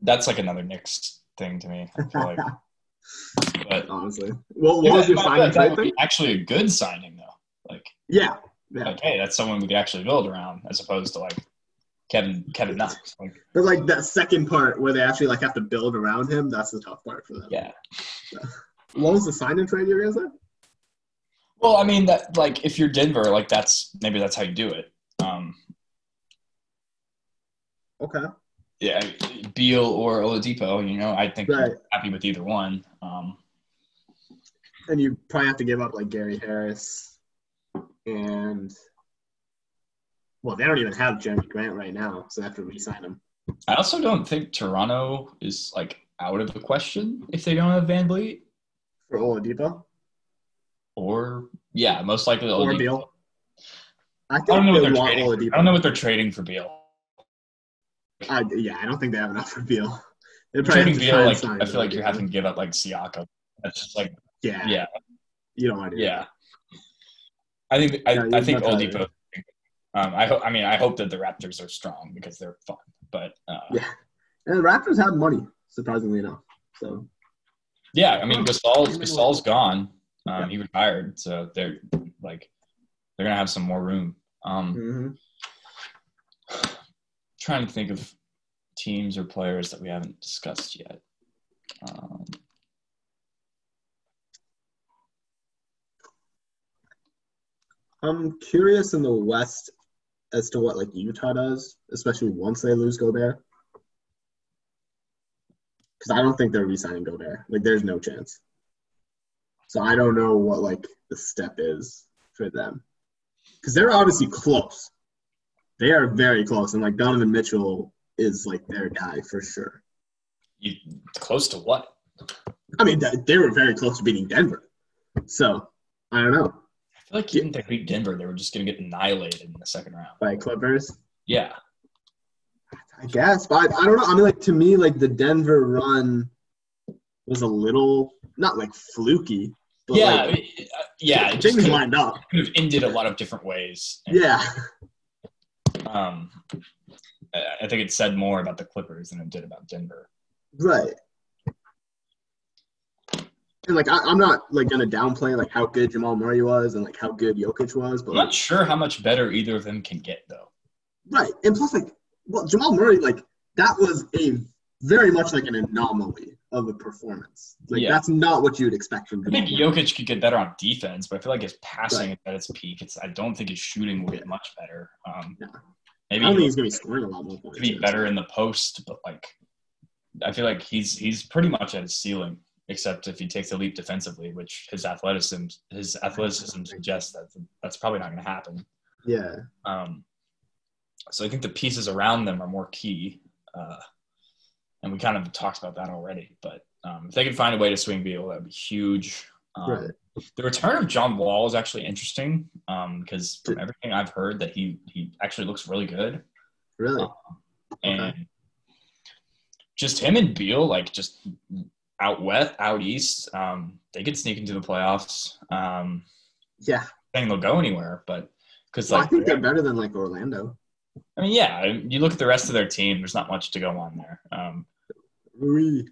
Speaker 1: That's like another Knicks thing to me. I feel like. But
Speaker 2: Honestly. Well, what was your
Speaker 1: Yeah, I feel like
Speaker 2: signing
Speaker 1: that
Speaker 2: trade
Speaker 1: would
Speaker 2: thing?
Speaker 1: be actually a good signing though. Like,
Speaker 2: Yeah. Yeah.
Speaker 1: like, hey, that's someone we could actually build around, as opposed to like Kevin Kevin Knox. Like,
Speaker 2: But like that second part where they actually like have to build around him, that's the tough part for them.
Speaker 1: yeah.
Speaker 2: What was the sign and trade you guys did?
Speaker 1: Well, I mean that like if you're Denver, like that's maybe that's how you do it. Um,
Speaker 2: Okay.
Speaker 1: yeah, Beal or Oladipo. You know, I think
Speaker 2: Right.
Speaker 1: I'm happy with either one. Um,
Speaker 2: And you probably have to give up like Gary Harris and well, they don't even have Jeremy Grant right now, so they have to re-sign him.
Speaker 1: I also don't think Toronto is like out of the question if they don't have Van Vliet
Speaker 2: For Oladipo
Speaker 1: or yeah, most likely
Speaker 2: or
Speaker 1: Oladipo.
Speaker 2: Beal. I
Speaker 1: I
Speaker 2: think
Speaker 1: don't know what
Speaker 2: they
Speaker 1: they're
Speaker 2: want
Speaker 1: trading.
Speaker 2: Oladipo.
Speaker 1: I don't know what they're trading for Beal.
Speaker 2: I, yeah, I don't think they have enough for Beal. They
Speaker 1: Trading
Speaker 2: try
Speaker 1: Beal,
Speaker 2: and
Speaker 1: like
Speaker 2: sign
Speaker 1: I feel like you're
Speaker 2: Oladipo.
Speaker 1: having to give up like Siakam. That's just like
Speaker 2: Yeah,
Speaker 1: yeah,
Speaker 2: you don't want to do
Speaker 1: yeah. I think I,
Speaker 2: Yeah,
Speaker 1: I
Speaker 2: he's
Speaker 1: think
Speaker 2: not bad,
Speaker 1: Oladipo. Um, I hope. I mean, I hope that the Raptors are strong because they're fun. But uh,
Speaker 2: that. Yeah, and the Raptors have money, surprisingly enough. So
Speaker 1: yeah, I mean, Gasol
Speaker 2: Yeah.
Speaker 1: Gasol's gone. Um, He retired, so they're like they're gonna have some more room. Um,
Speaker 2: mhm.
Speaker 1: trying to think of teams or players that we haven't discussed yet. Um,
Speaker 2: I'm curious in the West as to what like Utah does, especially once they lose Gobert, because I don't think they're re-signing Gobert. Like, there's no chance. So I don't know what like the step is for them, because they're obviously close. They are very close, and like Donovan Mitchell is like their guy for sure.
Speaker 1: you, close to what?
Speaker 2: I mean, th- they were very close to beating Denver. So I don't know
Speaker 1: I feel like even if they beat Denver, they were just gonna get annihilated in the second round.
Speaker 2: by Clippers.
Speaker 1: Yeah,
Speaker 2: I guess, but I, I don't know. I mean, like to me, like the Denver run was a little not like fluky, but
Speaker 1: yeah,
Speaker 2: like,
Speaker 1: uh, yeah. it just
Speaker 2: things
Speaker 1: could've-
Speaker 2: lined up.
Speaker 1: could have ended a lot of different ways. And,
Speaker 2: Yeah,
Speaker 1: Um, I- I think it said more about the Clippers than it did about Denver.
Speaker 2: right. And like I, I'm not like gonna downplay like how good Jamal Murray was and like how good Jokic was, but
Speaker 1: I'm
Speaker 2: like,
Speaker 1: not sure how much better either of them can get, though.
Speaker 2: Right. And plus, like, well, Jamal Murray, like, that was a very much like an anomaly of a performance. Like,
Speaker 1: Yeah.
Speaker 2: that's not what you would expect from
Speaker 1: I
Speaker 2: Jamal
Speaker 1: think
Speaker 2: Murray.
Speaker 1: Jokic could get better on defense, but I feel like his passing is at its peak. It's I don't think his shooting will get much better. Um,
Speaker 2: No. I
Speaker 1: Maybe
Speaker 2: don't think
Speaker 1: he'll
Speaker 2: he's going to be scoring a lot more points.
Speaker 1: be better in the post, but like I feel like he's he's pretty much at his ceiling, except if he takes a leap defensively, which his athleticism his athleticism suggests that that's probably not going to happen.
Speaker 2: Yeah.
Speaker 1: Um, so I think the pieces around them are more key. Uh, and we kind of talked about that already. But um, if they can find a way to swing Beal, that would be huge. Um,
Speaker 2: Right.
Speaker 1: The return of John Wall is actually interesting because from everything I've heard, that he he actually looks really good.
Speaker 2: Really.
Speaker 1: And just him and Beal, like just out west, out east, um, they could sneak into the playoffs. Um,
Speaker 2: Yeah.
Speaker 1: I think they'll go anywhere, but because
Speaker 2: Well,
Speaker 1: like
Speaker 2: I think they're better than, like, Orlando.
Speaker 1: I mean, yeah, I- you look at the rest of their team, there's not much to go on there. Um,
Speaker 2: Rui.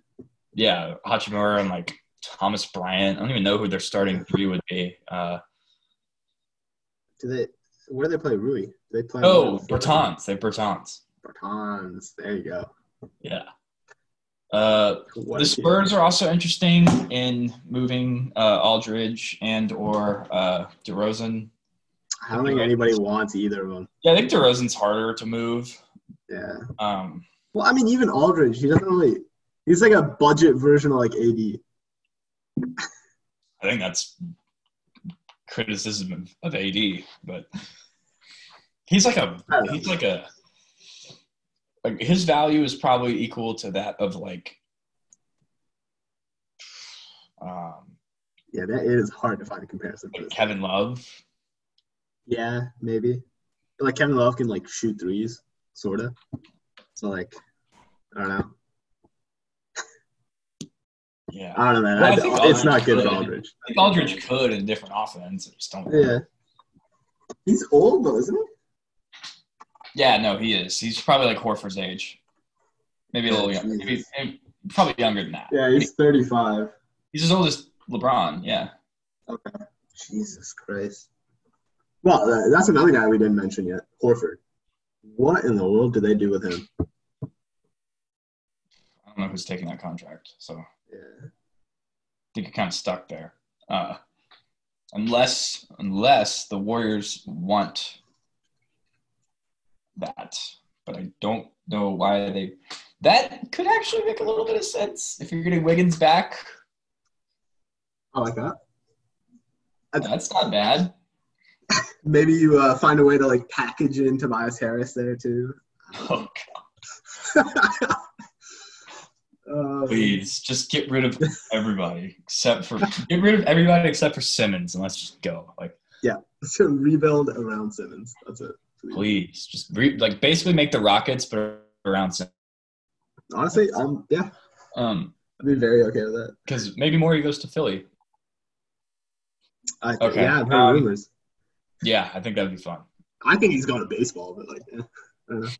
Speaker 1: yeah, Hachimura and like Thomas Bryant. I don't even know who their starting three would be. Uh,
Speaker 2: Do they, where do they play Rui? Do they play.
Speaker 1: oh, Bertans. They have Bertans.
Speaker 2: Bertans. There you go.
Speaker 1: Yeah. Uh,
Speaker 2: What
Speaker 1: the
Speaker 2: a kid.
Speaker 1: Spurs are also interesting in moving uh, Aldridge and or uh, DeRozan.
Speaker 2: I don't think anybody wants either of them.
Speaker 1: Yeah, I think DeRozan's harder to move.
Speaker 2: Yeah.
Speaker 1: Um,
Speaker 2: Well, I mean, even Aldridge, he doesn't really. He's like a budget version of, like, AD.
Speaker 1: I think that's criticism of, of AD, but he's like a he's like a like his value is probably equal to that of like um
Speaker 2: Yeah, that is hard to find a comparison. for
Speaker 1: like
Speaker 2: this.
Speaker 1: Kevin Love.
Speaker 2: Yeah, maybe. Like Kevin Love can like shoot threes, sort of. So like, I don't know.
Speaker 1: Yeah.
Speaker 2: I don't know.
Speaker 1: Well, I
Speaker 2: I-
Speaker 1: think
Speaker 2: it's
Speaker 1: Aldridge
Speaker 2: not good
Speaker 1: could.
Speaker 2: for Aldridge.
Speaker 1: I think Aldridge could in different offense. I just don't
Speaker 2: Yeah, he's old though, isn't he?
Speaker 1: Yeah, no, he is. He's probably like Horford's age. Maybe a little younger. Maybe, maybe- probably younger than that.
Speaker 2: Yeah, he's 35.
Speaker 1: He's as old as LeBron, yeah.
Speaker 2: Jesus Christ. Well, tha- that's another guy we didn't mention yet, Horford. What in the world did they do with him?
Speaker 1: I don't know who's taking that contract. So I
Speaker 2: Yeah.
Speaker 1: think you're kind of stuck there. Uh, unless unless the Warriors want that. But I don't know why they that could actually make a little bit of sense if you're getting Wiggins back.
Speaker 2: I like that.
Speaker 1: That's not bad.
Speaker 2: Maybe you uh, find a way to like package in Tobias Harris there too.
Speaker 1: Oh,
Speaker 2: Uh,
Speaker 1: Please, just get rid of everybody except for get rid of everybody except for Simmons, and let's just go. Like,
Speaker 2: So rebuild around Simmons. That's it.
Speaker 1: please, just re- like basically make the Rockets, but around Simmons.
Speaker 2: Honestly, um, yeah,
Speaker 1: Um,
Speaker 2: I'd be very okay with that.
Speaker 1: because maybe Morey goes to Philly.
Speaker 2: I,
Speaker 1: Okay.
Speaker 2: Yeah, I've heard
Speaker 1: Um,
Speaker 2: rumors.
Speaker 1: Yeah, I think that'd be fun.
Speaker 2: I think he's going to baseball, but like, eh.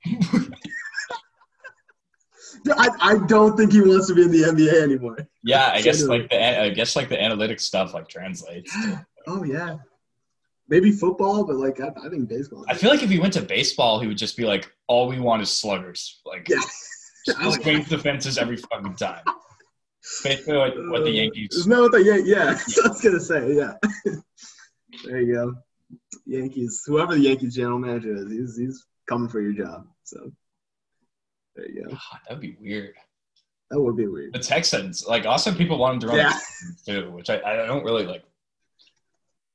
Speaker 2: Dude, I, I don't think he wants to be in the NBA anymore.
Speaker 1: yeah, I guess like the I guess like the analytic stuff like translates. to-
Speaker 2: Oh yeah, maybe football, but like I, I think baseball.
Speaker 1: I feel like if he went to baseball, he would just be like, all we want is sluggers. Like,
Speaker 2: Yeah.
Speaker 1: just swing for the fences every fucking time. Basically, like what the Yankees.
Speaker 2: Isn't that what the Yan- Yeah, that's what I was gonna say. Yeah. there you go. Yankees. Whoever the Yankees general manager is, he's he's coming for your job. So there you go.
Speaker 1: God, that'd be weird.
Speaker 2: That would be weird.
Speaker 1: The Texans, like, also people want him to run
Speaker 2: Yeah,
Speaker 1: the Texans too, which I, I don't really like.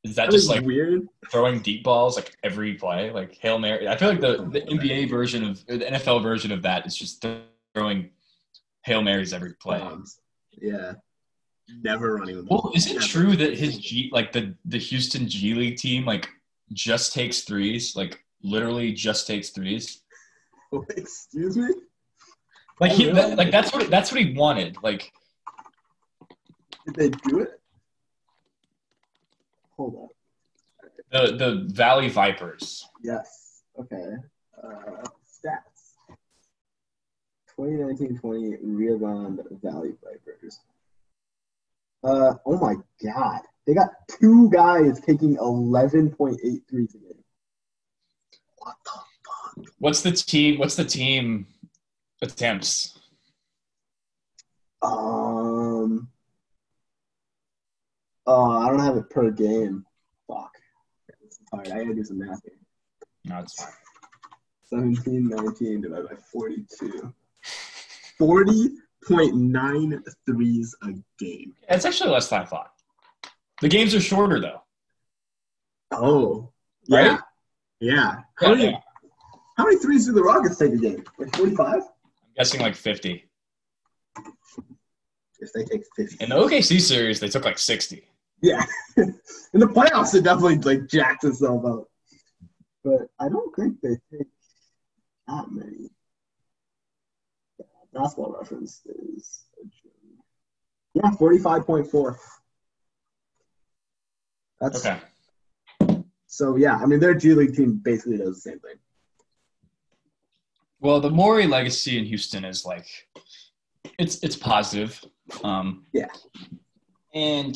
Speaker 1: Is that
Speaker 2: that
Speaker 1: just
Speaker 2: was
Speaker 1: like
Speaker 2: weird.
Speaker 1: throwing deep balls like every play, like hail mary? I feel like the, the NBA version of or the NFL version of that is just throwing hail marys every play.
Speaker 2: Bombs. Um, Yeah. Never running with the
Speaker 1: Well,
Speaker 2: ball.
Speaker 1: is it
Speaker 2: Never.
Speaker 1: true that his G, like the the Houston G League team, like just takes threes, like literally just takes threes?
Speaker 2: Excuse me.
Speaker 1: Like he,
Speaker 2: Oh, really?
Speaker 1: that, like that's what that's what he wanted. Like
Speaker 2: Did they do it? Hold on.
Speaker 1: the the Valley Vipers.
Speaker 2: Yes. Okay. Uh, stats. 2019-20 rebound Valley Vipers. Uh, oh my God. They got two guys taking 11.8 threes a game. What the fuck?
Speaker 1: What's the team? What's the team attempts?
Speaker 2: Um. Oh, I don't have it per game. Fuck. All right, I gotta do some math here.
Speaker 1: No, it's fine.
Speaker 2: 17, 19 divided by 42. 40.9 threes a game.
Speaker 1: It's actually less than I thought. The games are shorter though.
Speaker 2: Oh.
Speaker 1: Right?
Speaker 2: Yeah. Yeah. How many,
Speaker 1: I'm
Speaker 2: how many threes do the Rockets take a game? Like 45?
Speaker 1: guessing like 50.
Speaker 2: If they take 50.
Speaker 1: In the OKC series, they took like 60.
Speaker 2: yeah. In the playoffs, it definitely like jacks itself up. But I don't think they take that many. Yeah, basketball reference is. Yeah, 45.4. That's
Speaker 1: Okay.
Speaker 2: So yeah, I mean their G League team basically does the same thing.
Speaker 1: Well, the Morey legacy in Houston is like it's it's positive. Um,
Speaker 2: Yeah.
Speaker 1: And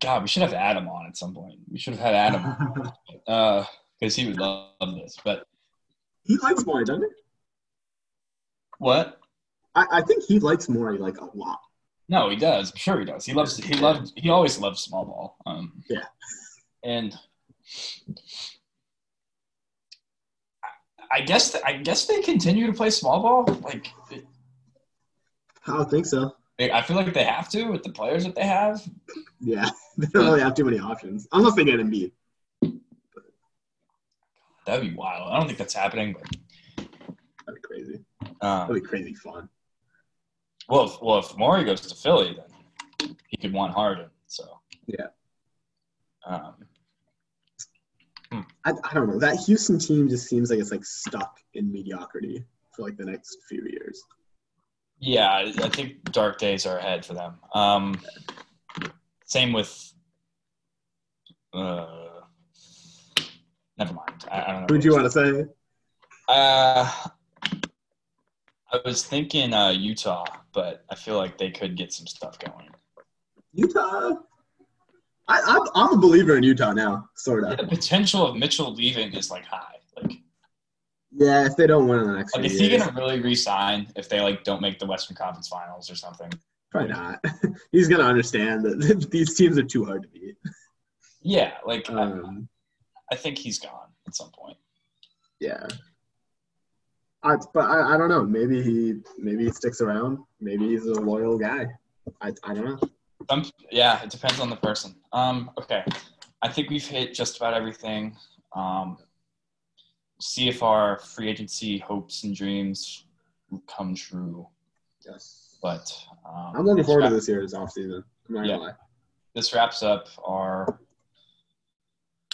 Speaker 1: God, we should have Adam on at some point. We should have had Adam because he would love this. But
Speaker 2: he likes Maury, doesn't he?
Speaker 1: what?
Speaker 2: I, I think he likes Maury like a lot.
Speaker 1: No, he does. I'm sure he does. He loves. He loves. He always loves small ball. Um,
Speaker 2: Yeah.
Speaker 1: And I- I guess th- I guess they continue to play small ball. Like
Speaker 2: I don't think so.
Speaker 1: they, I feel like they have to with the players that they have.
Speaker 2: Yeah, they don't really have too many options unless they get Embiid.
Speaker 1: That'd be wild. I don't think that's happening, but
Speaker 2: That'd be
Speaker 1: Um,
Speaker 2: That'd be crazy fun.
Speaker 1: well, if, well, if Maury goes to Philly, then he could want Harden. So
Speaker 2: Yeah.
Speaker 1: Um,
Speaker 2: I, I don't know. That Houston team just seems like it's like stuck in mediocrity for like the next few years.
Speaker 1: yeah, I I think dark days are ahead for them. Um, same with. Uh, never mind. I, I don't know.
Speaker 2: Who'd you want to say?
Speaker 1: Uh, I was thinking uh, Utah, but I feel like they could get some stuff going.
Speaker 2: Utah. I, I'm, I'm a believer in Utah now, sort of.
Speaker 1: The potential of Mitchell leaving is like high. Like,
Speaker 2: Yeah, if they don't win in the next
Speaker 1: like
Speaker 2: few
Speaker 1: is he
Speaker 2: years,
Speaker 1: gonna really resign if they like don't make the Western Conference Finals or something?
Speaker 2: probably not. He's gonna understand that these teams are too hard to beat.
Speaker 1: Yeah, like I,
Speaker 2: Um,
Speaker 1: I think he's gone at some point.
Speaker 2: Yeah. I, but I, I don't know. Maybe he maybe he sticks around. Maybe he's a loyal guy. I, I don't know.
Speaker 1: Some, yeah, it depends on the person. Um, okay, I think we've hit just about everything. Um, see if our free agency hopes and dreams come true.
Speaker 2: Yes.
Speaker 1: But um,
Speaker 2: I'm looking forward
Speaker 1: yeah.
Speaker 2: to this year's offseason. I'm not
Speaker 1: Yeah.
Speaker 2: gonna lie.
Speaker 1: this wraps up our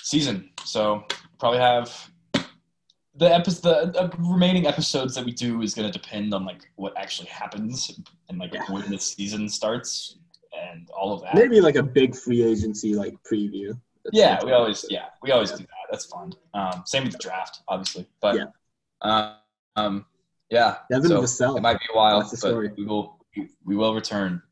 Speaker 1: season. So probably have the episode, the uh, remaining episodes that we do is going to depend on like what actually happens and like
Speaker 2: Yeah.
Speaker 1: when the season starts and all of that.
Speaker 2: Maybe like a big free agency like preview.
Speaker 1: Yeah, we always yeah we always do that. That's fun. Um, same with the draft, obviously. But
Speaker 2: Yeah.
Speaker 1: um, um, yeah,
Speaker 2: Devin
Speaker 1: so
Speaker 2: Vassell.
Speaker 1: it might be a while,
Speaker 2: That's the
Speaker 1: but
Speaker 2: story.
Speaker 1: we will we will return.